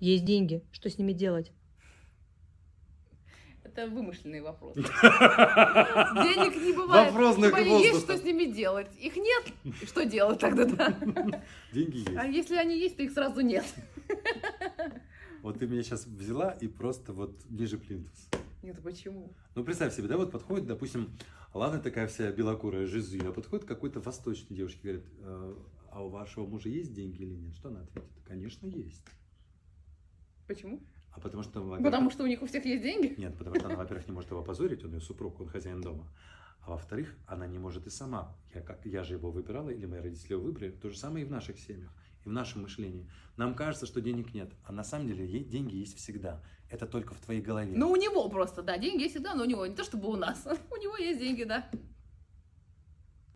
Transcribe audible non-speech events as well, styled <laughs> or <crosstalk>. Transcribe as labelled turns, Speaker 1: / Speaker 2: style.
Speaker 1: Есть деньги. Что с ними делать?
Speaker 2: Это вымышленный
Speaker 3: <laughs>
Speaker 2: вопрос.
Speaker 4: Денег не бывает.
Speaker 3: Вопрос на
Speaker 4: Чтобы они есть,
Speaker 3: воздуха.
Speaker 4: что с ними делать. Их нет, и что делать тогда, да?
Speaker 3: Деньги есть.
Speaker 4: А если они есть, то их сразу нет. <laughs>
Speaker 3: Вот ты меня сейчас взяла и просто вот ниже плинтус.
Speaker 2: Нет, почему?
Speaker 3: Ну, представь себе, да, вот подходит, допустим, ладно, такая вся белокурая жизы, а подходит какой-то восточной девушке, говорит, «Э, а у вашего мужа есть деньги или нет? Что она ответит? Конечно, есть.
Speaker 2: Почему?
Speaker 3: А потому что... во-первых,
Speaker 2: Потому что у них у всех есть деньги.
Speaker 3: Нет, потому что она, во-первых, не может его опозорить, он ее супруг, он хозяин дома. А во-вторых, она не может и сама. Я, как, я же его выбирала, или мои родители его выбрали. То же самое и в наших семьях, и в нашем мышлении. Нам кажется, что денег нет, а на самом деле е- деньги есть всегда. Это только в твоей голове.
Speaker 4: <laughs> Ну, у него просто, да, деньги есть всегда, но у него не то чтобы у нас. У него есть деньги, да.